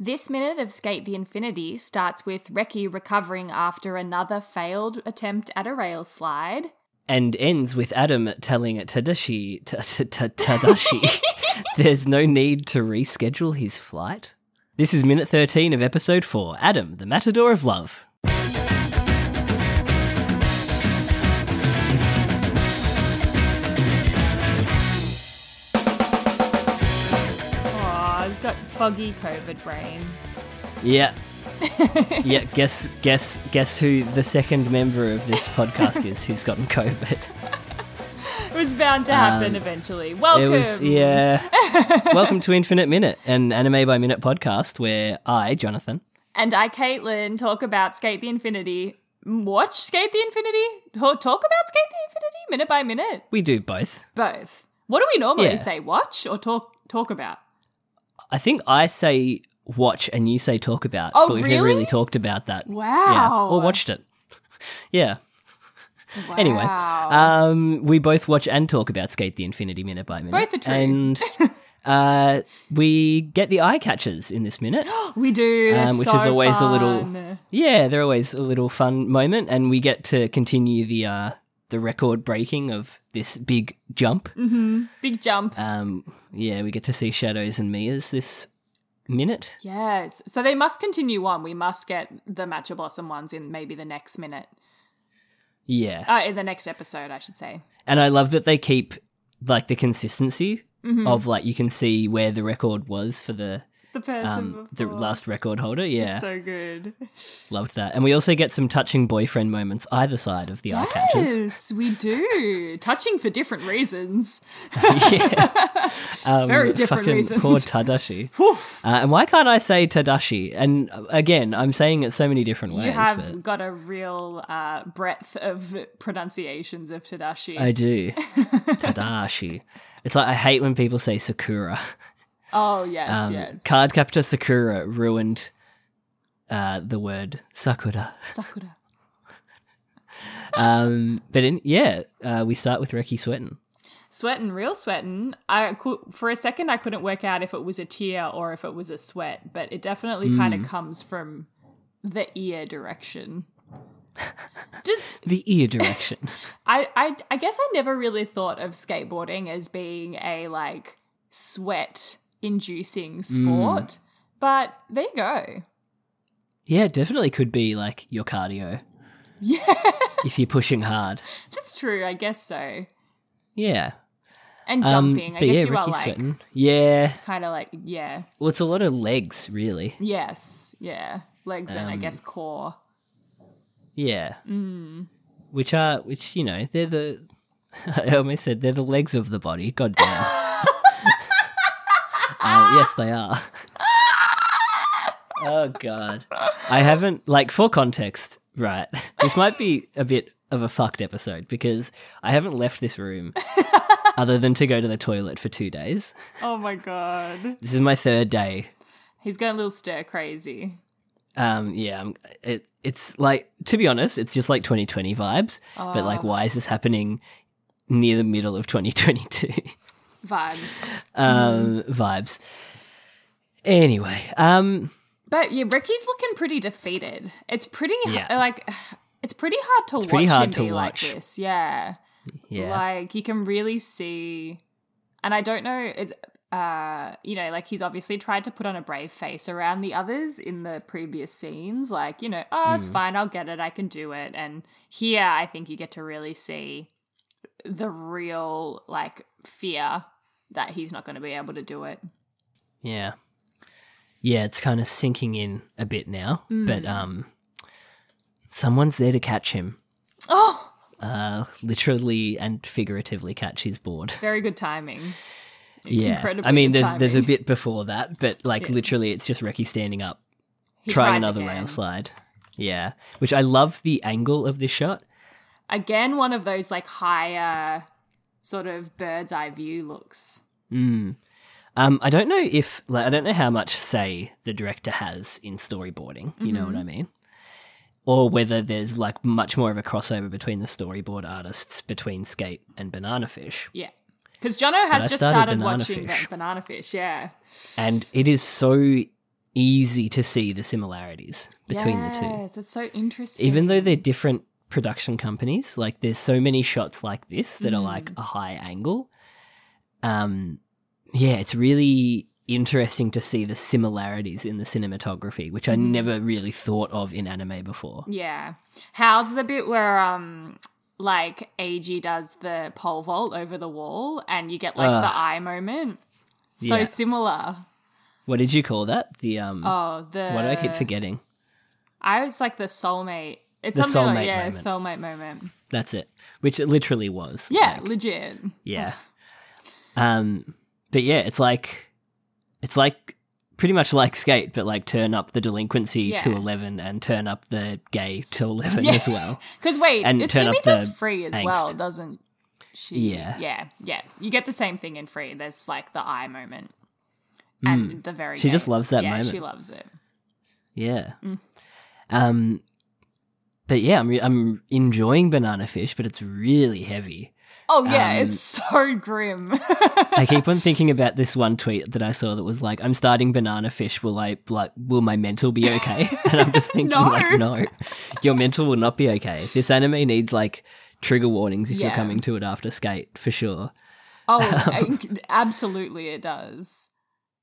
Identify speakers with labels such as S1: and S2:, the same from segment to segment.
S1: This minute of Skate the Infinity starts with Reki recovering after another failed attempt at a rail slide.
S2: and ends with Adam telling Tadashi t- t- t- Tadashi there's no need to reschedule his flight. This is minute 13 of episode 4 Adam, the Matador of Love.
S1: Aw, I've got foggy COVID brain.
S2: Yeah. yeah, guess guess guess who the second member of this podcast is who's gotten COVID.
S1: It was bound to happen eventually. Welcome.
S2: Um, It was yeah. Welcome to Infinite Minute, an anime by minute podcast where I, Jonathan,
S1: And I, Caitlin, talk about Skate the Infinity. Watch Skate the Infinity. Ho- Talk about Skate the Infinity minute by minute.
S2: we do both.
S1: Both. What do we normally
S2: Yeah.
S1: say? Watch or talk talk about?
S2: I think I say watch and you say talk about.
S1: Oh,
S2: but we've never really
S1: really?
S2: talked about that. Yeah.
S1: Wow.
S2: Or watched it. yeah.
S1: Wow.
S2: Anyway. Um we both watch and talk about Skate the Infinity minute by minute.
S1: Both are true.
S2: And uh we get the eye catchers in this minute.
S1: we do. They're
S2: um, which
S1: so
S2: is always a
S1: fun.
S2: little Yeah, they're always a little fun moment and we get to continue the uh the record breaking of this big jump.
S1: Mm. big jump.
S2: Um yeah, we get to see Shadows and Mia's this minute.
S1: yes. So they must continue on. We must get the Matcha Blossom ones in maybe the next minute.
S2: Yeah.
S1: Uh, in the next episode, I should say.
S2: And I love that they keep like the consistency
S1: Mm-hmm.
S2: of like you can see where the record was for the
S1: The person.
S2: um the
S1: before.
S2: last record holder. Yeah.
S1: It's so good.
S2: Loved that. And we also get some touching boyfriend moments either side of the eye catchers.
S1: Yes, we do. Touching for different reasons.
S2: yeah. Um,
S1: Very different
S2: fucking
S1: reasons.
S2: Poor Tadashi.
S1: Oof.
S2: Uh, and why can't I say Tadashi? And uh, again, I'm saying it so many different ways.
S1: You have
S2: but
S1: got a real uh, breadth of pronunciations of Tadashi.
S2: I do. Tadashi. It's like I hate when people say Sakura.
S1: oh yes,
S2: Um,
S1: yes.
S2: Card Captor Sakura ruined uh, the word Sakura.
S1: Sakura.
S2: um, but in, yeah, uh, we start with Reki sweating.
S1: Sweating, real sweating. I cou- for a second I couldn't work out if it was a tear or if it was a sweat, but it definitely
S2: Hmm.
S1: kind of comes from the ear direction. Just
S2: The ear direction.
S1: I, I I guess I never really thought of skateboarding as being a like sweat
S2: Hmm.
S1: inducing sport, but there you go.
S2: yeah, it definitely could be like your cardio
S1: Yeah,
S2: if you're pushing hard.
S1: that's true. I guess so.
S2: Yeah.
S1: And
S2: Um,
S1: jumping, I
S2: but
S1: guess
S2: yeah,
S1: you are
S2: Ricky's
S1: like
S2: sweating. Yeah.
S1: kind of like yeah,
S2: Well, it's a lot of legs, really.
S1: yes, yeah, legs and
S2: Um,
S1: I guess core.
S2: Yeah. Which are, which, you know, they're the, I almost said they're the legs of the body. God damn. Uh, yes, they are. oh, God. I haven't, like, for context, right? This might be a bit of a fucked episode because I haven't left this room other than to go to the toilet for two days.
S1: Oh my god,
S2: This is my third day
S1: he's going a little stir crazy.
S2: Um, yeah, I'm, it, it's like to be honest, it's just like 2020 vibes. But
S1: Oh.
S2: like, why is this happening near the middle of 2022
S1: vibes. Hmm.
S2: um, vibes? Anyway, um,
S1: But yeah, Ricky's looking pretty defeated. It's pretty h-
S2: Yeah.
S1: like it's pretty hard to watch
S2: pretty hard
S1: him
S2: to
S1: be
S2: watch.
S1: like this. Yeah.
S2: yeah,
S1: Like you can really see and I don't know it's uh you know like he's obviously tried to put on a brave face around the others in the previous scenes like you know oh
S2: Mm.
S1: it's fine I'll get it I can do it and here I think you get to really see the real like fear that he's not going to be able to do it.
S2: yeah, yeah. It's kind of sinking in a bit now,
S1: Hmm.
S2: but um, someone's there to catch him.
S1: Oh,
S2: Uh, literally and figuratively catch his board.
S1: very good timing.
S2: Yeah.
S1: Incredibly
S2: I mean,
S1: good
S2: there's there's a
S1: timing.
S2: bit before that, but like
S1: Yeah.
S2: literally, it's just Reki standing up,
S1: He
S2: trying
S1: tries
S2: another
S1: again.
S2: rail slide. Yeah, which I love the angle of this shot.
S1: Again, one of those like higher sort of bird's eye view looks.
S2: Mm. Um, I don't know if like I don't know how much say the director has in storyboarding. You know
S1: Mm-hmm.
S2: what I mean, or whether there's like much more of a crossover between the storyboard artists between Skate and Banana Fish,
S1: Yeah. Because Jono has
S2: I
S1: just
S2: started
S1: started,
S2: Banana
S1: watching
S2: Fish.
S1: Ba- Banana Fish, yeah.
S2: and it is so easy to see the similarities between
S1: yes,
S2: the two,
S1: that's so interesting.
S2: even though they're different production companies. Like there's so many shots like this that are like
S1: Mm.
S2: a high angle. Um, yeah, it's really interesting to see the similarities in the cinematography, which I never really thought of in anime before.
S1: Mm. Yeah. How's the bit where um like AG does the pole vault over the wall and you get like
S2: Ugh.
S1: the eye moment? So
S2: Yeah.
S1: similar.
S2: What did you call that? The um,
S1: Oh, the
S2: what do I keep forgetting?
S1: I was like the soulmate. It's
S2: The
S1: something
S2: soulmate
S1: like yeah,
S2: moment.
S1: soulmate moment.
S2: That's it. Which it literally was.
S1: Yeah, legit.
S2: Yeah. Um but yeah, it's like it's like pretty much like skate, but like turn up the delinquency to
S1: Yeah.
S2: eleven and turn up the gay to eleven
S1: Yeah.
S2: as well.
S1: Because wait,
S2: And
S1: it's
S2: turn up
S1: Simi does
S2: the
S1: free as
S2: angst.
S1: well, doesn't she?
S2: Yeah.
S1: yeah, yeah. You get the same thing in free. There's like the eye moment and the very.
S2: Hmm. She just
S1: gay-
S2: loves that
S1: yeah, She
S2: moment.
S1: loves it.
S2: Yeah.
S1: Mm.
S2: Um but yeah, I'm re- I'm enjoying banana fish, but it's really heavy.
S1: Oh yeah,
S2: Um,
S1: it's so grim.
S2: I keep on thinking about this one tweet that I saw that was like, "I'm starting banana fish. Will I like? Will my mental be okay?" And I'm just thinking,
S1: No.
S2: like, no, your mental will not be okay. This anime needs like trigger warnings if you're
S1: Yeah.
S2: coming to it after skate for sure.
S1: oh, I- absolutely, it does.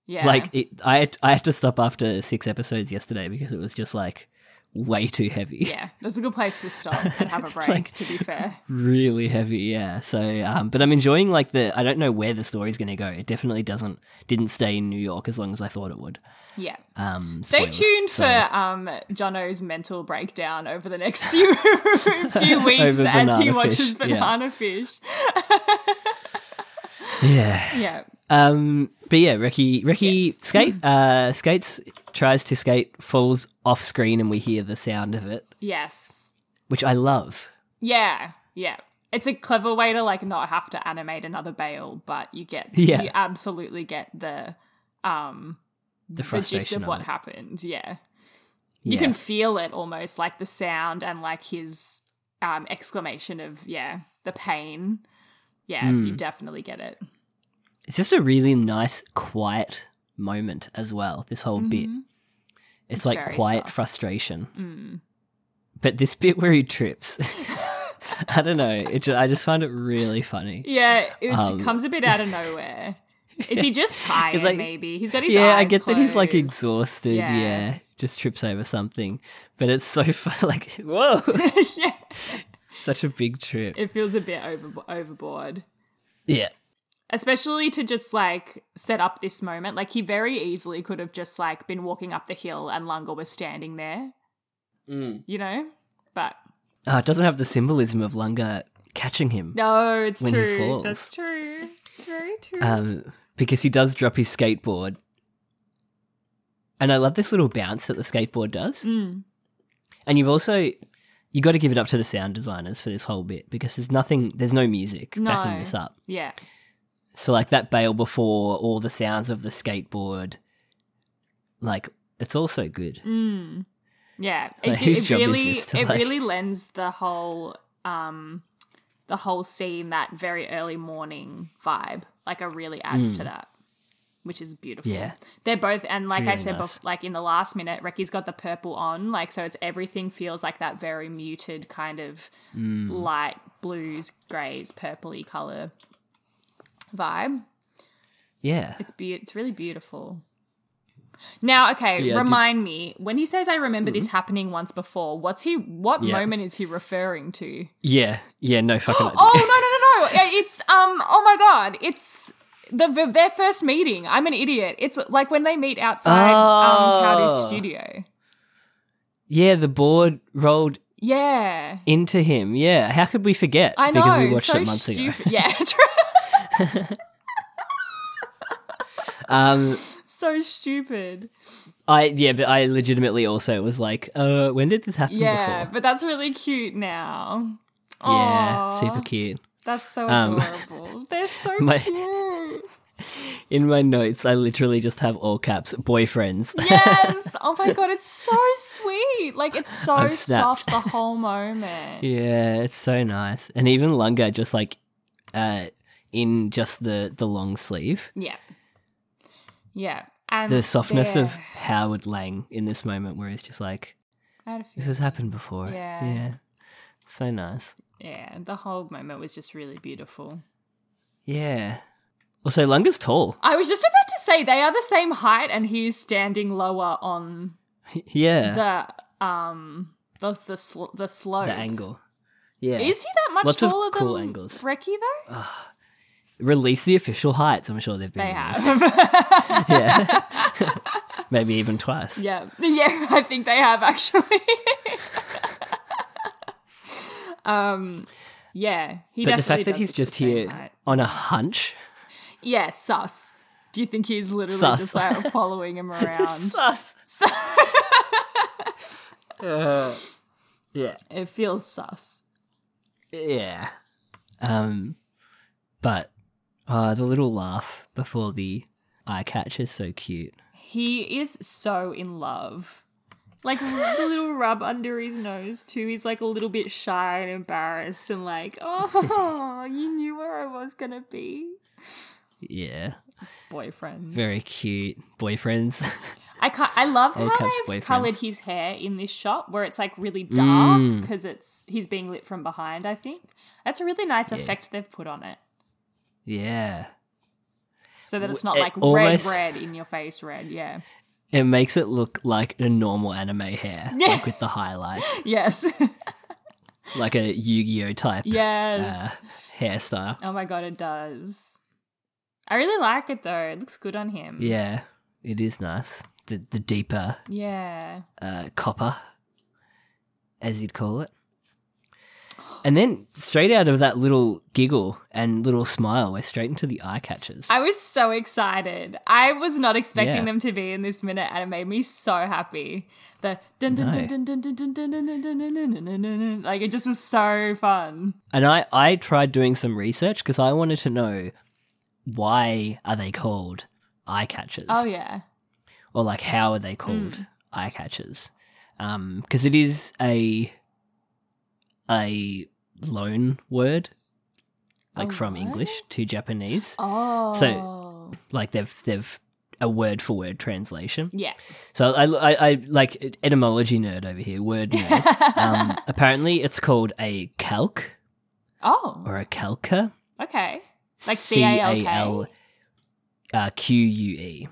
S1: Yeah,
S2: Like, it, I had- I had to stop after six episodes yesterday because it was just like way too heavy,
S1: yeah, that's a good place to stop and have a
S2: It's
S1: break.
S2: like-
S1: to be fair,
S2: really heavy. Yeah. So, um, but I'm enjoying like the. I don't know where the story's going to go. It definitely doesn't didn't stay in New York as long as I thought it would.
S1: yeah.
S2: Um,
S1: Stay
S2: spoilers.
S1: tuned
S2: So-
S1: for um, Jono's mental breakdown over the next few few weeks
S2: Over
S1: as he
S2: Banana
S1: watches
S2: Fish, yeah.
S1: Banana Fish.
S2: Yeah.
S1: Yeah,
S2: Um, but yeah, Ricky, Ricky
S1: Yes.
S2: skate, uh, skates, tries to skate, falls off screen, and we hear the sound of it,
S1: yes,
S2: which I love.
S1: yeah, yeah. It's a clever way to like not have to animate another Bale, but you get
S2: Yeah.
S1: you absolutely get the um
S2: The
S1: the gist
S2: frustration
S1: of what
S2: of it.
S1: happened. Yeah.
S2: Yeah.
S1: you can feel it almost like the sound and like his um, exclamation of yeah the pain. Yeah,
S2: Hmm.
S1: you definitely get it.
S2: It's just a really nice, quiet moment as well. This whole bit, it's,
S1: Mm-hmm. It's
S2: like
S1: very
S2: quiet
S1: soft.
S2: frustration.
S1: mm.
S2: But this bit where he trips, I don't know. It ju- I just find it really funny.
S1: Yeah, it's,
S2: Um,
S1: it comes a bit out of nowhere. Is he just tired?
S2: like-
S1: maybe he's got his
S2: yeah, I
S1: eyes
S2: get that he's like
S1: closed.
S2: exhausted.
S1: Yeah.
S2: yeah, just trips over something, but it's so fun. Like, whoa,
S1: yeah,
S2: such a big trip.
S1: it feels a bit over overboard,
S2: Yeah.
S1: especially to just like set up this moment. Like he very easily could have just like been walking up the hill and Lunga was standing there, you know. But
S2: Oh, it doesn't have the symbolism of Lunga catching him.
S1: no, it's
S2: When he
S1: true.
S2: falls.
S1: That's true. It's very true.
S2: Um, because he does drop his skateboard. And I love this little bounce that the skateboard does.
S1: Mm.
S2: And you've also you got to give it up to the sound designers for this whole bit because there's nothing there's no music backing
S1: No.
S2: this up.
S1: yeah,
S2: So like that bail before all the sounds of the skateboard like it's also good.
S1: Mm. Yeah, it,
S2: Like,
S1: gi-
S2: whose
S1: it
S2: job is
S1: really
S2: this to,
S1: it
S2: like-
S1: really lends the whole um the whole scene that very early morning vibe. Like, it really adds to that, which is beautiful.
S2: Hmm. Yeah.
S1: they're both and like I
S2: really
S1: said,
S2: nice.
S1: bef- like in the last minute, Ricky's got the purple on, like so it's everything feels like that very muted kind of
S2: Hmm.
S1: light blues, grays, purpley color vibe.
S2: Yeah.
S1: It's be- it's really beautiful. Now, okay,
S2: Yeah, I did-
S1: remind me when he says I remember this happening once before. What's he? What
S2: Yeah.
S1: moment is he referring to?
S2: Yeah. Yeah, no fucking idea.
S1: Oh no no no no! Yeah, It's um. Oh my god! It's the, the their first meeting. I'm an idiot. It's like when they meet outside um Cowdy's
S2: Oh.
S1: studio.
S2: yeah, the board rolled
S1: Yeah,
S2: into him. Yeah. How could we forget?
S1: I know.
S2: because we watched
S1: so
S2: it months ago.
S1: stupid. Yeah.
S2: Um,
S1: so stupid.
S2: I yeah, but I legitimately also was like, uh, when did this happen
S1: Yeah,
S2: before?
S1: but that's really cute now.
S2: Yeah,
S1: Aw,
S2: super cute.
S1: That's so
S2: Um,
S1: adorable. They're so
S2: my-
S1: cute.
S2: In my notes, I literally just have all caps boyfriends.
S1: Yes. Oh my god, it's so sweet. Like it's so
S2: I've
S1: soft
S2: snapped.
S1: the whole moment.
S2: yeah, it's so nice. And even longer, just like uh, in just the the long sleeve,
S1: Yeah. Yeah. And
S2: the softness of
S1: there.
S2: Howard Lang in this moment, where he's just like,
S1: I had a few-
S2: this has happened before.
S1: Yeah.
S2: yeah, so nice.
S1: yeah, the whole moment was just really beautiful.
S2: Yeah. Also, Lunga's tall.
S1: I was just about to say they are the same height and he's standing lower on
S2: yeah.
S1: the um the the, sl- the slope.
S2: the angle. Yeah.
S1: Is he that much
S2: Lots of
S1: taller
S2: cool
S1: than
S2: angles.
S1: Reki though?
S2: Release the official heights. I'm sure they've
S1: they
S2: been released.
S1: have.
S2: Yeah. Maybe even twice.
S1: Yeah, yeah, I think they have actually. um, yeah, he.
S2: But the
S1: definitely
S2: fact that
S1: does
S2: he's
S1: look the
S2: just
S1: same
S2: here
S1: height.
S2: on a hunch.
S1: Yeah, sus. Do you think he's literally
S2: Sus.
S1: just like following him around?
S2: Sus. Uh, yeah.
S1: it feels sus.
S2: Yeah. Um, but uh, the little laugh before the eye catch is so cute.
S1: He is so in love. Like the little rub under his nose too. He's like a little bit shy and embarrassed and like, oh, you knew where I was gonna be.
S2: Yeah.
S1: Boyfriends.
S2: Very cute. Boyfriends.
S1: I can't, I love
S2: Old
S1: how
S2: Cap's
S1: they've
S2: boyfriend.
S1: coloured his hair in this shot where it's like really
S2: Mm.
S1: dark because it's he's being lit from behind. I think that's a really nice effect they've put on it,
S2: yeah.
S1: so that it's not
S2: W- it
S1: like
S2: almost-
S1: red, red in your face, red. Yeah.
S2: It makes it look like a normal anime hair,
S1: Yeah.
S2: like with the highlights,
S1: Yes.
S2: like a Yu-Gi-Oh type uh,
S1: yes.
S2: hairstyle.
S1: Oh my god, it does. I really like it though. It looks good on him.
S2: Yeah, it is nice. The the deeper
S1: Yeah.
S2: uh, copper, as you'd call it. And then straight out of that little giggle and little smile, we're straight into the eye catches.
S1: I was so excited. I was not expecting
S2: Yeah.
S1: them to be in this minute, and it made me so happy. The dun dun
S2: No.
S1: dun dun dun dun dun dun dun dun dun dun dun dun dun dun. like it just was so fun.
S2: and I I tried doing some research because I wanted to know why are they called eye catches?
S1: Oh yeah,
S2: or like how are they called eye catchers because it is a a loan word like
S1: A
S2: from english to japanese
S1: Oh.
S2: like they've they've a word for word translation
S1: yeah.
S2: so I, I, I like e-, etymology nerd over here word nerd um, apparently it's called a calc
S1: Oh.
S2: or a calca
S1: Okay. Like
S2: C A L,
S1: C-A-L-K?
S2: uh, Q U E.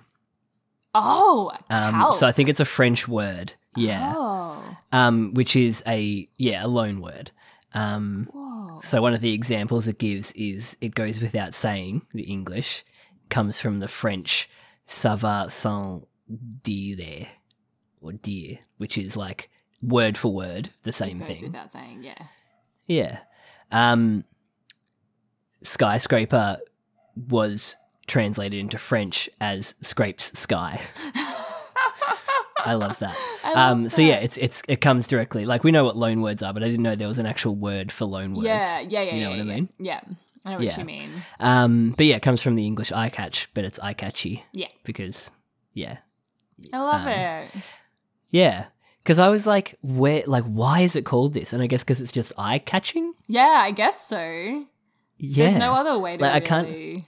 S1: Oh.
S2: um,
S1: calc.
S2: so i think it's a french word yeah
S1: Oh.
S2: um, which is a yeah a loan word. Um,
S1: Whoa.
S2: so one of the examples it gives is it goes without saying the English comes from the French savoir sans dire or dire, which is like word for word the same
S1: Goes
S2: thing.
S1: without saying. Yeah.
S2: Yeah. Um, skyscraper was translated into French as scrapes sky. I love that.
S1: I love
S2: um, so yeah, it's it's it comes directly. Like we know what loan words are, but I didn't know there was an actual word for loan words.
S1: Yeah. Yeah. Yeah.
S2: You know
S1: yeah,
S2: what I
S1: yeah.
S2: mean?
S1: Yeah. I know what
S2: Yeah.
S1: you mean.
S2: Um, but yeah, it comes from the English eye catch, but it's eye catchy
S1: Yeah.
S2: because yeah,
S1: I love
S2: Um,
S1: it.
S2: yeah. Because I was like, where, like, why is it called this? And I guess because it's just eye catching.
S1: Yeah, I guess so.
S2: Yeah.
S1: There's no other way to
S2: Like, I
S1: really...
S2: can't-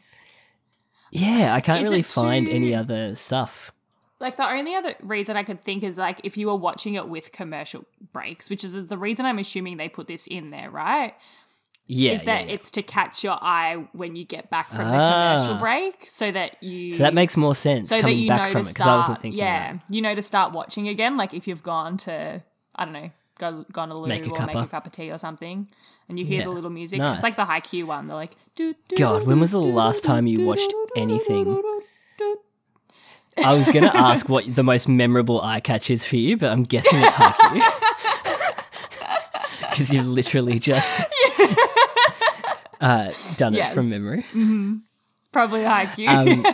S2: Yeah, I can't
S1: Is
S2: really
S1: it
S2: find any
S1: too-
S2: other stuff.
S1: Like the only other reason I could think is like if you were watching it with commercial breaks, which is the reason I'm assuming they put this in there, right?
S2: Yeah,
S1: is
S2: yeah,
S1: that
S2: yeah.
S1: it's to catch your eye when you get back from
S2: Ah.
S1: the commercial break, so that you
S2: so that makes more sense
S1: so that
S2: coming
S1: you
S2: back
S1: know
S2: from
S1: to
S2: it
S1: start
S2: because I wasn't thinking.
S1: yeah
S2: that.
S1: you know to start watching again. Like if you've gone to I don't know go gone to the loo
S2: Make a
S1: or make a
S2: cuppa.
S1: cup of tea or something, and you hear
S2: Yeah.
S1: the little music. It's
S2: Nice.
S1: like the high Q one. They're like, doo, doo,
S2: God, when was the
S1: doo, doo,
S2: last
S1: doo,
S2: time you
S1: doo,
S2: watched
S1: doo, doo,
S2: anything?
S1: doo, doo, doo, doo.
S2: I was going to ask what the most memorable eye catch is for you, but I'm guessing it's haiku because you've literally just uh, done
S1: Yes.
S2: it from memory.
S1: Probably high Q.
S2: Um,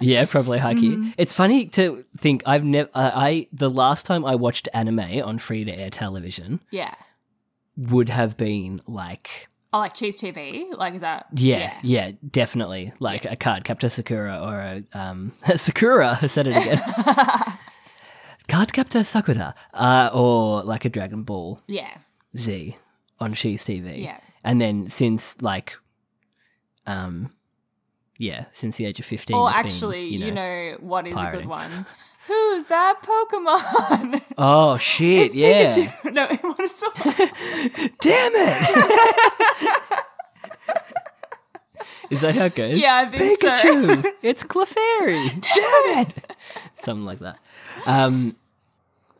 S2: yeah, probably haiku. It's funny to think I've never. Uh, I the last time I watched anime on free to air television
S1: yeah.
S2: would have been like
S1: Oh, like Cheese TV? Like, is that?
S2: yeah, yeah, definitely like a card Captor Sakura or a um Sakura. I said it again. card Captor Sakura uh, or like a Dragon Ball
S1: Yeah.
S2: Z on She's TV.
S1: Yeah.
S2: And then since like um yeah, since the age of 15.
S1: Or
S2: it's been,
S1: actually, you know, what is a
S2: pirating.
S1: good one? Who's that Pokemon?
S2: Oh shit,
S1: It's
S2: yeah.
S1: Pikachu. No, what is the one?
S2: Damn it. Is that how it goes?
S1: Yeah, I think so.
S2: Pikachu. it's Clefairy. Damn it. Something like that. Um,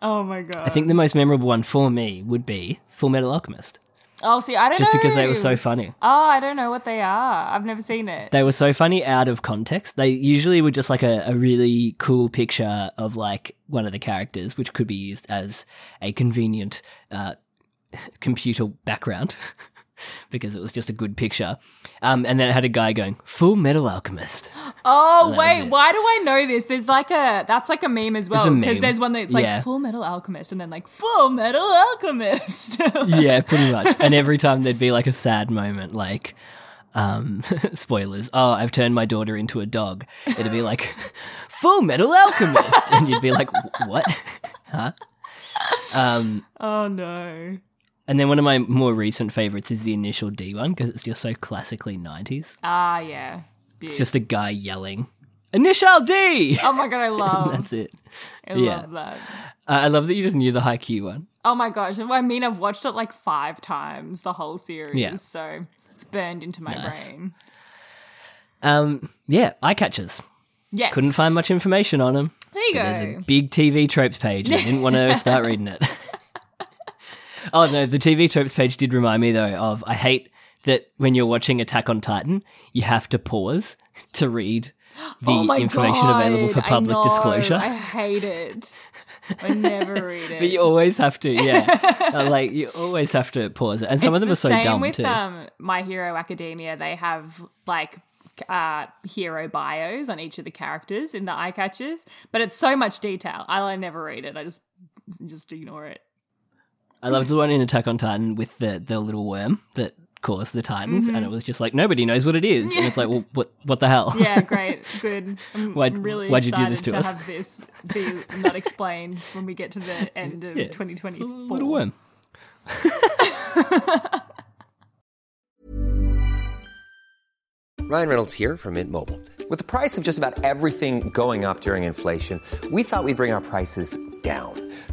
S1: Oh my god.
S2: I think the most memorable one for me would be Full Metal Alchemist,
S1: Oh, see, I don't
S2: just
S1: know.
S2: because they were so funny.
S1: Oh, I don't know what they are. I've never seen it.
S2: They were so funny out of context. They usually were just like a, a really cool picture of like one of the characters, which could be used as a convenient uh, computer background because it was just a good picture. Um, and then it had a guy going, Full Metal Alchemist.
S1: Oh
S2: that was
S1: wait,
S2: it.
S1: why do I know this? There's like a that's like a meme as well
S2: a meme.
S1: because there's one that's like
S2: Yeah.
S1: Full Metal Alchemist and then like Full Metal Alchemist.
S2: yeah, pretty much. And every time there'd be like a sad moment, like, um, spoilers. Oh, I've turned my daughter into a dog. It'd be like, Full Metal Alchemist. And you'd be like, "Wh- What? huh? Um,
S1: oh no.
S2: And then one of my more recent favorites is the initial D one because it's just so classically 90s.
S1: Ah yeah.
S2: It's
S1: Beaut.
S2: just a guy yelling, Initial D!
S1: oh my god, I
S2: That's
S1: love
S2: it.
S1: I
S2: yeah.
S1: love that.
S2: Uh, I love that you just knew the high Q one.
S1: Oh my gosh. I mean I've watched it like five times the whole series.
S2: Yeah.
S1: So it's burned into my
S2: Nice.
S1: brain.
S2: Um, yeah, eye catchers.
S1: Yes.
S2: Couldn't find much information on them.
S1: there you
S2: There's
S1: go.
S2: a big TV tropes page. and I didn't want to start reading it. oh no, the TV tropes page did remind me though of I hate that when you're watching Attack on Titan, you have to pause to read the
S1: Oh my
S2: information available for
S1: God, I
S2: public
S1: know.
S2: disclosure.
S1: I hate it. I never read it.
S2: But you always have to, yeah. Uh, like you always have to pause it, and some
S1: It's
S2: of them
S1: the
S2: are so
S1: same
S2: dumb
S1: with,
S2: too.
S1: Um, My Hero Academia, they have like uh, hero bios on each of the characters in the eye catchers, but it's so much detail. I like, never read it. I just just ignore it.
S2: I loved the one in Attack on Titan with the the little worm that caused the Titans,
S1: Mm-hmm.
S2: and it was just like nobody knows what it is, and it's like, well, what what the hell?
S1: Yeah, great, good. I'm
S2: Why'd-
S1: really
S2: why'd you do
S1: excited
S2: this to
S1: to
S2: us?
S1: have this be not explained when we get to the end of
S2: Yeah.
S1: 2024.
S2: little worm.
S3: Ryan Reynolds here from Mint Mobile. With the price of just about everything going up during inflation, we thought we'd bring our prices down.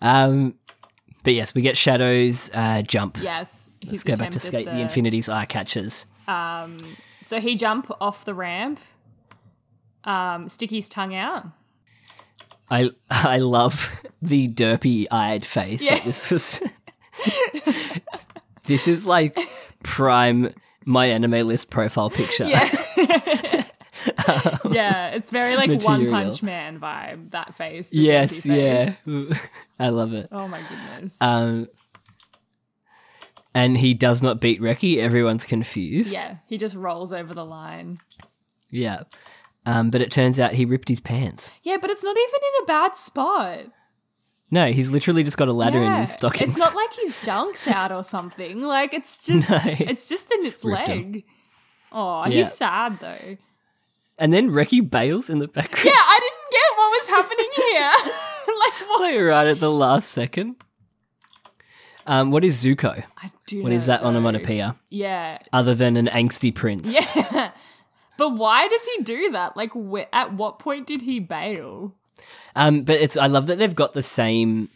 S2: Um, but yes, we get shadows uh, jump.
S1: Yes,
S2: Let's go back to skate the
S1: infinity.
S2: infinity's eye catchers.
S1: So he jump off the ramp, um, stick his tongue out.
S2: I I love the derpy eyed face. Like,
S1: Yeah.
S2: this was this is like prime my anime list profile picture.
S1: Yeah, it's very like
S2: Material.
S1: One Punch Man vibe. That face. the
S2: yes,
S1: derpy face.
S2: yeah, I love it.
S1: Oh my goodness.
S2: Um, and he does not beat Reki. Everyone's confused.
S1: yeah, he just rolls over the line.
S2: yeah. Um, but it turns out he ripped his pants.
S1: Yeah, but it's not even in a bad spot.
S2: No, he's literally just got a ladder in
S1: Yeah.
S2: his stockings.
S1: It's not like his junk's out or something. Like it's just, it's just in its
S2: Ripped him.
S1: leg. Oh,
S2: Yeah.
S1: he's sad though.
S2: and then Reki bails in the background.
S1: Yeah, I didn't get what was happening here. like what?
S2: Like right at the last second. Um, what is Zuko?
S1: I do
S2: What is
S1: not
S2: that
S1: know.
S2: onomatopoeia?
S1: Yeah,
S2: Other than an angsty prince.
S1: but why does he do that? Like, wh- at what point did he bail?
S2: Um, but it's I love that they've got the same,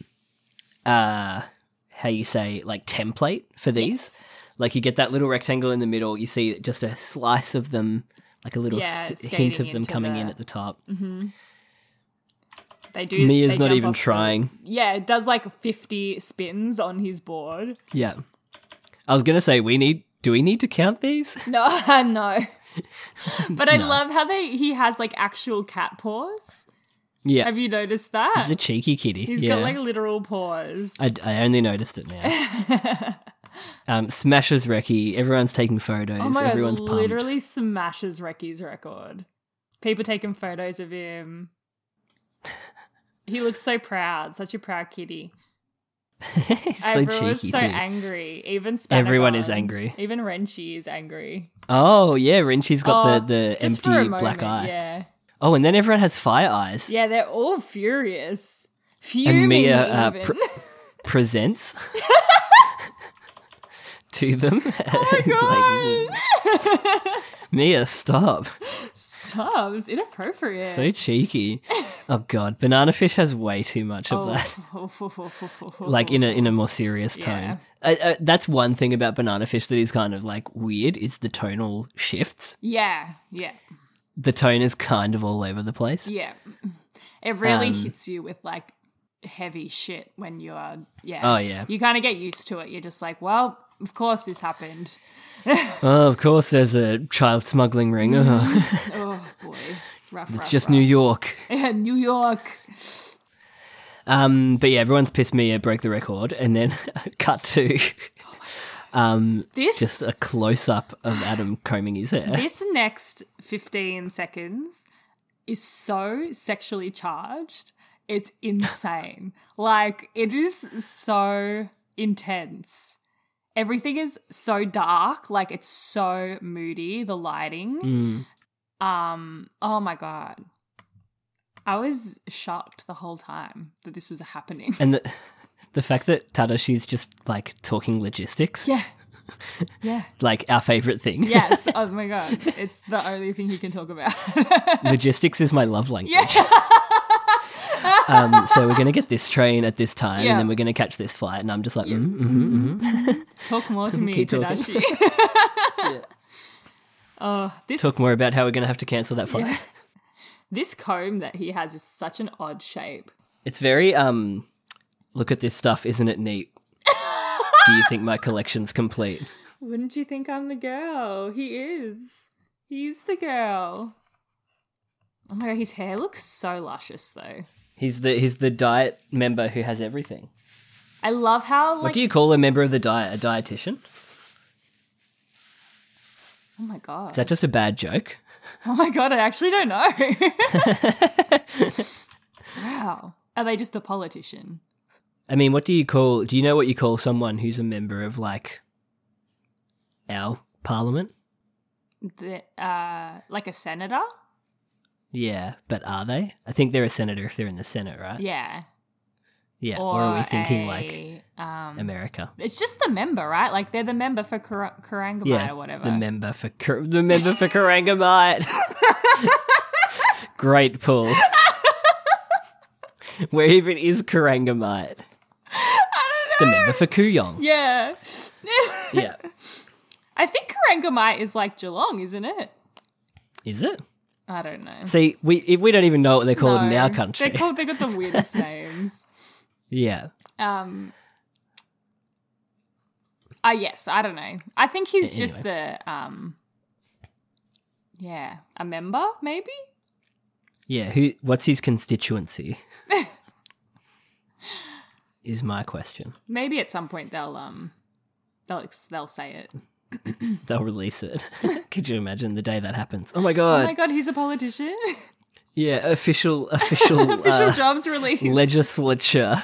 S2: uh, how you say like template for these. Like you get that little rectangle in the middle. You see just a slice of them, like a little
S1: Yeah,
S2: s- hint of
S1: skating
S2: them
S1: into
S2: coming in
S1: the- Mm-hmm.
S2: at the top.
S1: They do.
S2: Mia's
S1: they
S2: not
S1: jump
S2: even
S1: off the-
S2: trying.
S1: yeah, it does like fifty spins on his board.
S2: Yeah, I was gonna say we need. Do we need to count these?
S1: No, no. But I love how they he has like actual cat paws.
S2: Yeah,
S1: Have you noticed that?
S2: he's a cheeky kitty.
S1: He's
S2: yeah,
S1: got like literal paws.
S2: I, I only noticed it now. um, smashes Reki. Everyone's taking photos.
S1: oh my god!
S2: Everyone's pumped.
S1: literally smashes Reki's record. People taking photos of him. He looks so proud, such a proud kitty.
S2: He's so
S1: Everyone's
S2: cheeky
S1: so
S2: too.
S1: angry. Even Spanagon.
S2: Everyone is angry.
S1: Even Renchi is angry.
S2: Oh yeah, Renchi's got
S1: Oh,
S2: the the
S1: just for a
S2: empty black
S1: moment,
S2: eye.
S1: Yeah,
S2: Oh, and then everyone has fire eyes.
S1: yeah, they're all furious, fuming.
S2: and Mia uh,
S1: even.
S2: pr- presents to
S1: Oh
S2: them. It's like, Mia, stop!
S1: Tubs, inappropriate.
S2: So cheeky. Oh god, banana fish has way too much of
S1: Oh,
S2: that. Like in a in a more serious tone. Uh, uh, that's one thing about banana fish that is kind of like weird is the tonal shifts.
S1: yeah, yeah,
S2: The tone is kind of all over the place.
S1: yeah. It really
S2: Um,
S1: hits you with like heavy shit when you are. Yeah.
S2: Oh, yeah.
S1: You kind of get used to it. You're just like, well, of course this happened.
S2: Oh, of course, there's a child smuggling ring. Ugh.
S1: Oh boy, rough.
S2: It's just New York.
S1: York. New York.
S2: Um, but yeah, everyone's pissed Mia broke the record, and then cut to
S1: This
S2: just a close up of Adam combing his hair.
S1: this next 15 seconds is so sexually charged. It's insane. like, it is so intense. Everything is so dark. Like, it's so moody, the lighting. Um, oh my God. I was shocked the whole time that this was happening.
S2: And the, the fact that Tadashi's just like talking logistics,
S1: yeah. Yeah.
S2: like our favorite thing.
S1: Yes. Oh my God. It's the only thing he can talk about.
S2: logistics is my love language. um, so we're gonna get this train at this time,
S1: Yeah.
S2: and then we're gonna catch this flight. And I'm just like, mm, mhm, mhm.
S1: Talk more to me,
S2: Keep talking.
S1: Tadashi. Oh, this
S2: talk more about how we're gonna have to cancel that flight.
S1: this comb that he has is such an odd shape.
S2: It's very um look at this stuff, isn't it neat? Do you think my collection's complete?
S1: Wouldn't you think I'm the girl? He is. He's the girl. Oh my god, his hair looks so luscious though.
S2: He's the he's the diet member who has everything.
S1: I love how
S2: what
S1: Oh, like
S2: do you call a member of the diet? A dietitian?
S1: oh my god.
S2: Is that just a bad joke?
S1: Oh my god, I actually don't know. wow. Are they just a politician?
S2: I mean, what do you call? Do you know what you call someone who's a member of like our parliament?
S1: The, uh, like a senator?
S2: Yeah, but are they? I think they're a senator if they're in the Senate, right?
S1: Yeah.
S2: Uh, Yeah. Or, are we thinking like
S1: a, um,
S2: America?
S1: It's just the member, right? Like they're the member for Kar- Karangamite
S2: yeah,
S1: or whatever.
S2: The member for Kar- the member for Karangamite. Great pull. Where even is Karangamite? The member for Kuyong.
S1: yeah.
S2: Yeah.
S1: I think Karangamite is like Geelong, isn't it?
S2: Is it?
S1: I don't know.
S2: See, we if we don't even know what they're called in
S1: No.
S2: our country.
S1: They're called, they got the weirdest names.
S2: yeah.
S1: Um. Ah, yes, I don't know. I think he's just the um. Yeah, a member maybe.
S2: Yeah, who what's his constituency? is my question.
S1: Maybe at some point they'll um, they'll ex- they'll say it.
S2: They'll release it. Could you imagine the day that happens? Oh my
S1: Oh
S2: god.
S1: my god, he's a politician.
S2: uh, Yeah, official official,
S1: Official
S2: uh,
S1: jobs release.
S2: legislature.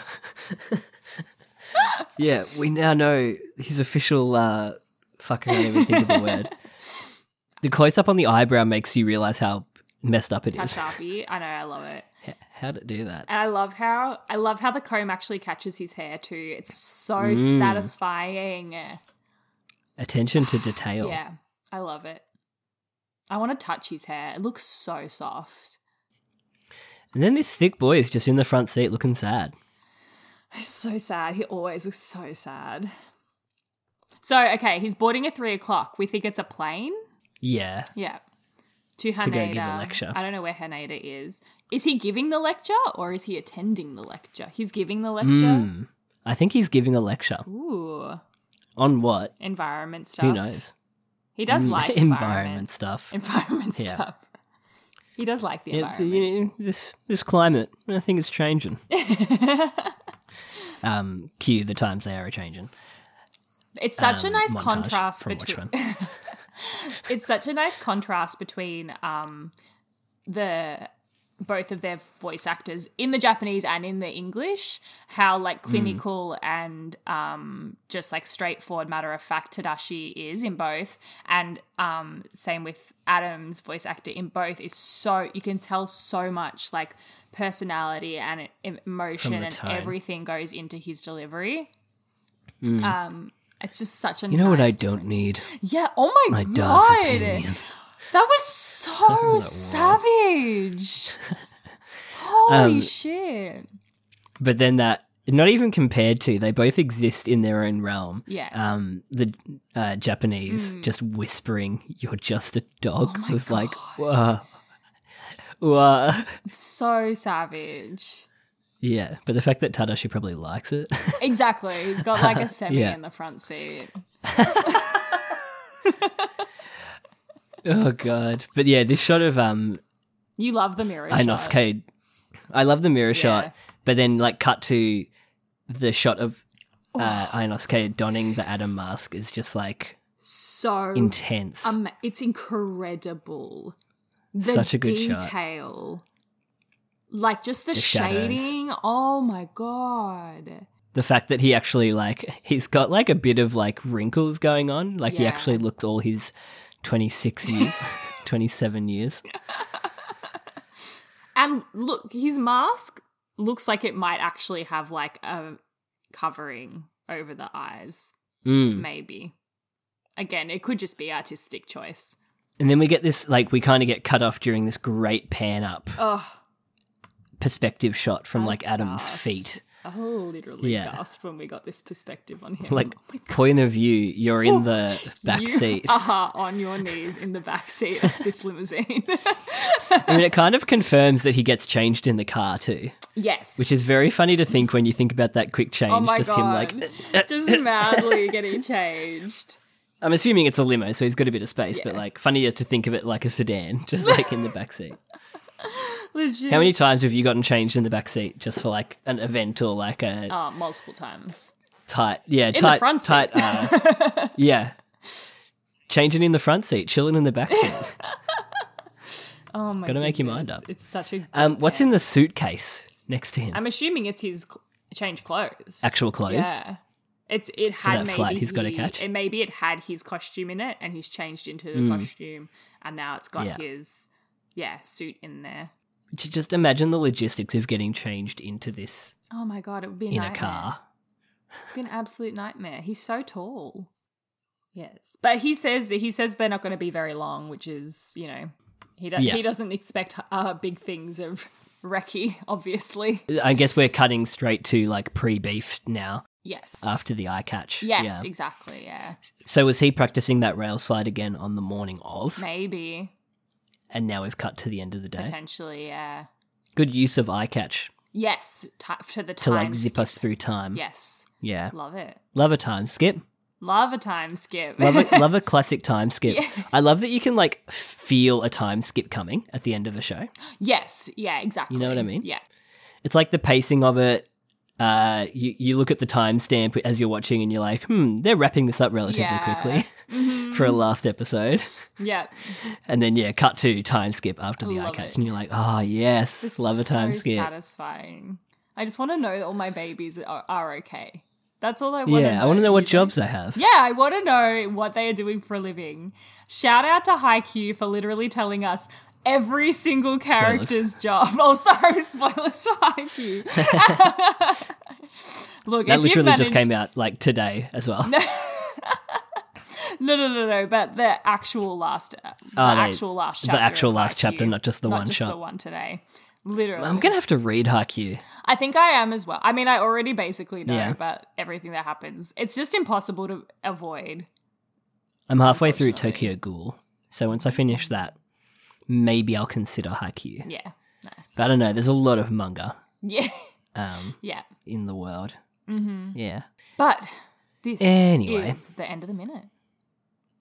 S2: yeah, we now know his official. Uh, fuck, I don't even think of the word. The close up on the eyebrow makes you realize how messed up it
S1: How
S2: is.
S1: sharpie. I know, I love it.
S2: H- How'd it do that?
S1: And I love how I love how the comb actually catches his hair too. It's so
S2: Mm.
S1: satisfying.
S2: Attention to detail.
S1: Yeah, I love it. I want to touch his hair. It looks so soft.
S2: And then this thick boy is just in the front seat looking sad.
S1: He's so sad. He always looks so sad. So okay, he's boarding at three o'clock. We think it's a plane.
S2: Yeah.
S1: Yeah. To Haneda.
S2: go give a lecture.
S1: I don't know where Haneda is. Is he giving the lecture or is he attending the lecture? He's giving the lecture.
S2: Mm. I think he's giving a lecture.
S1: Ooh,
S2: On what?
S1: environment stuff.
S2: Who knows?
S1: He does
S2: Mm,
S1: like
S2: environment
S1: environment,
S2: stuff.
S1: environment
S2: Yeah.
S1: stuff. He does like the
S2: Yeah,
S1: environment.
S2: you know, this this climate, I think it's changing. um, cue the times they are a changing.
S1: It's such a
S2: um,
S1: nice
S2: montage
S1: contrast
S2: from
S1: between.
S2: Watchmen.
S1: it's such a nice contrast between um, the both of their voice actors in the Japanese and in the English. How like
S2: Hmm.
S1: clinical and um, just like straightforward, matter of fact Tadashi is in both, and um, same with Adam's voice actor in both is so you can tell so much like personality and e- emotion
S2: From the
S1: and
S2: tone.
S1: everything goes into his delivery. Um, it's just such a
S2: Mm. You know what I
S1: nice
S2: don't need?
S1: yeah. Oh my,
S2: My
S1: god.
S2: dog's opinion.
S1: That was so savage. Holy
S2: Um,
S1: shit.
S2: But then that, not even compared to, they both exist in their own realm.
S1: Yeah. Mm.
S2: Um, the uh, Japanese just whispering, "You're just a dog,"
S1: Oh
S2: was like, "Whoa, whoa."
S1: So savage.
S2: Yeah, but the fact that Tadashi probably likes it.
S1: Exactly. He's got like a semi
S2: Yeah.
S1: in the front seat.
S2: oh god. But yeah, this shot of um
S1: You love the mirror. shot.
S2: Inosuke I love the mirror
S1: Yeah.
S2: shot, but then like cut to the shot of uh
S1: Oh.
S2: Inosuke donning the Adam mask is just like
S1: So
S2: intense.
S1: um, it's incredible. The
S2: Such a good shot.
S1: detail. Like just the,
S2: The shadows.
S1: shading. Oh my god.
S2: the fact that he actually like he's got like a bit of like wrinkles going on, like he
S1: Yeah.
S2: actually looked all his 26 years, 27 years.
S1: And look, his mask looks like it might actually have like a covering over the eyes,
S2: Mm.
S1: maybe. Again, it could just be artistic choice.
S2: And then we get this, like, we kind of get cut off during this great pan up
S1: Oh,
S2: perspective shot from, like, Adam's
S1: gasped.
S2: feet.
S1: I literally
S2: Yeah.
S1: gasped when we got this perspective on him.
S2: Like, point of view, you're in the back
S1: you
S2: seat.
S1: are on your knees in the back seat of this limousine.
S2: I mean, it kind of confirms that he gets changed in the car, too,
S1: yes,
S2: which is very funny to think when you think about that quick change.
S1: oh my
S2: just him,
S1: god,
S2: like, uh,
S1: just madly getting changed.
S2: I'm assuming it's a limo, so he's got a bit of space, but, like, funnier to think of it like a sedan, just like in the back seat.
S1: Legit.
S2: How many times have you gotten changed in the back seat just for, like, an event or, like, a
S1: Oh, multiple times.
S2: tight, yeah,
S1: the
S2: tight,
S1: front
S2: tight, uh, yeah. Changing in the front seat, chilling in the back seat.
S1: Oh my.
S2: Gotta make your mind
S1: goodness.
S2: up.
S1: It's such a.
S2: Um, what's in the suitcase next to him?
S1: I'm assuming it's his cl- change clothes.
S2: Actual clothes.
S1: Yeah. It's it
S2: that
S1: had maybe
S2: flight he's gotta
S1: he-
S2: catch. Hmm.
S1: It maybe it had his costume in it, and he's changed into the costume, and now it's got
S2: Yeah.
S1: his yeah suit in there.
S2: J- Just imagine the logistics of getting changed into this
S1: Oh my god, it would be a
S2: in a
S1: nightmare.
S2: car.
S1: It'd be an absolute nightmare. He's so tall. Yes, but he says he says they're not going to be very long, which is you know he does
S2: Yeah.
S1: he doesn't expect uh, big things of Reki, obviously.
S2: I guess we're cutting straight to like pre-beef now
S1: Yes.
S2: after the eye catch.
S1: Yes,
S2: Yeah.
S1: exactly. Yeah,
S2: So was he practicing that rail slide again on the morning of?
S1: maybe
S2: And now we've cut to the end of the day.
S1: potentially. Yeah.
S2: Good use of eye catch
S1: Yes, ti to the
S2: to
S1: time.
S2: like zip
S1: skip.
S2: us through time.
S1: Yes,
S2: Yeah.
S1: love it.
S2: Love a time skip.
S1: Love a time skip.
S2: love a, love a classic time skip. I love that you can like feel a time skip coming at the end of a show.
S1: yes, yeah, exactly.
S2: You know what I mean?
S1: Yeah,
S2: It's like the pacing of it. Uh, you you look at the timestamp as you're watching, and you're like, hmm, they're wrapping this up relatively
S1: Yeah. Mm-hmm.
S2: quickly for a last episode,
S1: yeah.
S2: and then yeah, cut to time skip after the eye
S1: Love
S2: catch,
S1: it.
S2: and you're like, oh yes,
S1: It's
S2: love a time
S1: so
S2: skip.
S1: Satisfying. I just want to know that all my babies are, are okay. That's all I want.
S2: Yeah, I want to know what jobs they have.
S1: Yeah, I want to know what they are doing for a living. Shout out to HiQ for literally telling us every single character's job. Oh, sorry, spoilers behind you. Look,
S2: That
S1: if you've
S2: literally
S1: managed,
S2: just came out like today as well.
S1: No, no, no, no. But the actual last, uh, the
S2: Oh, they-
S1: actual last
S2: the
S1: chapter,
S2: actual
S1: of
S2: last
S1: Haikyuu,
S2: chapter, not just the one
S1: just
S2: shot.
S1: the one today. Literally,
S2: I'm gonna have to read Haikyuu.
S1: I think I am as well. I mean, I already basically know
S2: Yeah.
S1: about everything that happens. It's just impossible to avoid.
S2: I'm halfway through Tokyo Ghoul, so once I finish that, maybe I'll consider Haikyuu.
S1: Yeah, nice.
S2: But I don't know. There's a lot of manga
S1: yeah,
S2: um,
S1: yeah.
S2: in the world. Mm-hmm. Yeah,
S1: But this
S2: Anyway.
S1: is the end of the minute.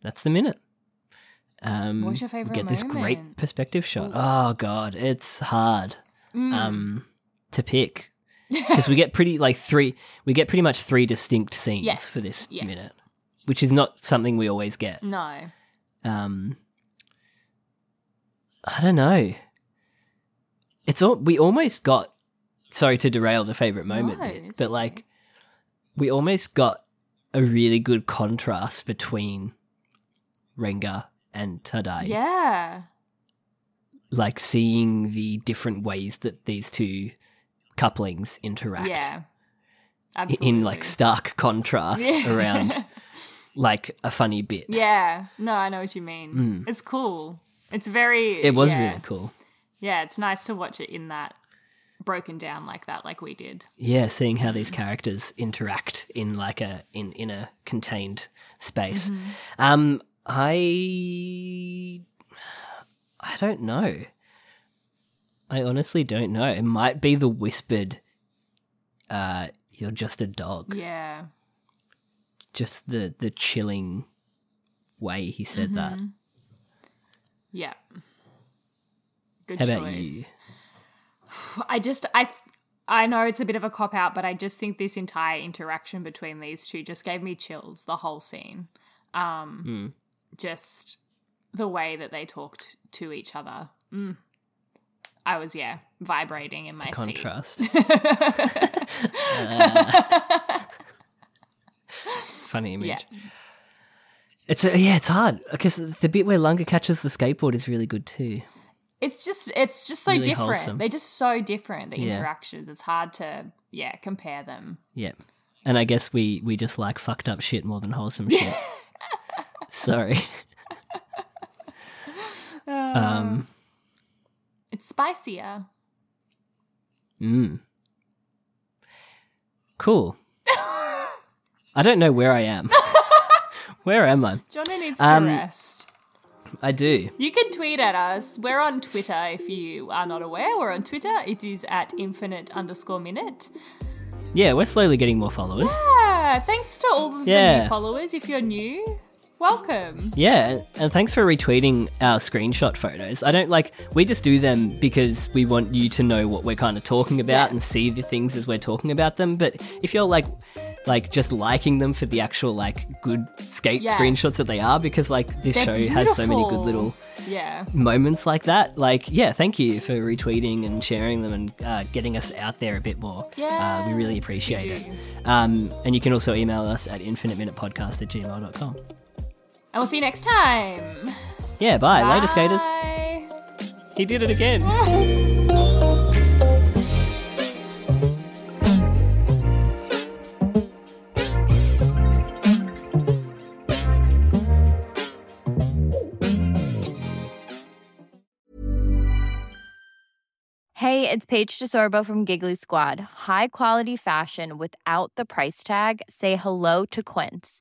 S2: that's the minute. Um,
S1: What's your
S2: we
S1: favourite
S2: Get this great
S1: moment?
S2: perspective shot. Oh god, it's hard
S1: Mm.
S2: um, to pick because we get pretty like three. We get pretty much three distinct scenes
S1: Yes,
S2: for this
S1: yeah.
S2: minute, which is not something we always get.
S1: No,
S2: um i don't know it's all we almost got sorry to derail the favorite moment
S1: No,
S2: bit,
S1: it's
S2: but
S1: okay.
S2: like we almost got a really good contrast between renga and tadai
S1: yeah,
S2: like seeing the different ways that these two couplings interact
S1: yeah,
S2: i-
S1: absolutely.
S2: in like stark contrast
S1: Yeah.
S2: around like a funny bit
S1: yeah. No, I know what you mean. It's cool. It's very.
S2: Mm. it was
S1: yeah.
S2: really cool
S1: Yeah, it's nice to watch it in that broken down like that, like we did.
S2: yeah seeing how these characters interact in like a in in a contained space um i i don't know i honestly don't know it might be the whispered uh you're just a dog
S1: Yeah,
S2: just the the chilling way he said that
S1: yeah. Good
S2: how
S1: choice.
S2: about you
S1: I just I I know it's a bit of a cop out, but I just think this entire interaction between these two just gave me chills the whole scene.
S2: Hmm.
S1: Um just the way that they talked to each other. Mm. I was yeah, vibrating in my seat.
S2: contrast Uh, funny image
S1: Yeah.
S2: It's uh yeah, it's hard because the bit where Lunga catches the skateboard is really good too.
S1: It's just it's just so
S2: Really
S1: different.
S2: wholesome.
S1: They're just so different the
S2: Yeah.
S1: interactions. It's hard to yeah, compare them.
S2: Yeah, and I guess we we just like fucked up shit more than wholesome shit. Sorry. um.
S1: It's spicier.
S2: Mm. Cool. I don't know where I am. where am I?
S1: Jono needs to
S2: Um,
S1: rest.
S2: I do.
S1: You can tweet at us. We're on Twitter if you are not aware. We're on Twitter. It is at infinite underscore minute.
S2: Yeah, we're slowly getting more followers.
S1: Yeah, thanks to all of the
S2: Yeah.
S1: new followers. If you're new, welcome.
S2: Yeah, and- and thanks for retweeting our screenshot photos. I don't like, we just do them because we want you to know what we're kind of talking about and
S1: Yes.
S2: see the things as we're talking about them. But if you're like, like just liking them for the actual like good skate
S1: Yes.
S2: screenshots that they are, because like this
S1: They're
S2: show has so many good
S1: beautiful.
S2: little
S1: Yeah.
S2: moments like that. Like, yeah, thank you for retweeting and sharing them and uh, getting us out there a bit more. uh, we really
S1: Yes,
S2: appreciate
S1: you
S2: it.
S1: do.
S2: Um, and you can also email us at infiniteminutepodcast at gmail.com.
S1: And we'll see you next time.
S2: Yeah, bye. Later, skaters.
S1: Bye.
S2: He did it again.
S4: Hey, it's Paige DeSorbo from Giggly Squad. High quality fashion without the price tag. Say hello to Quince.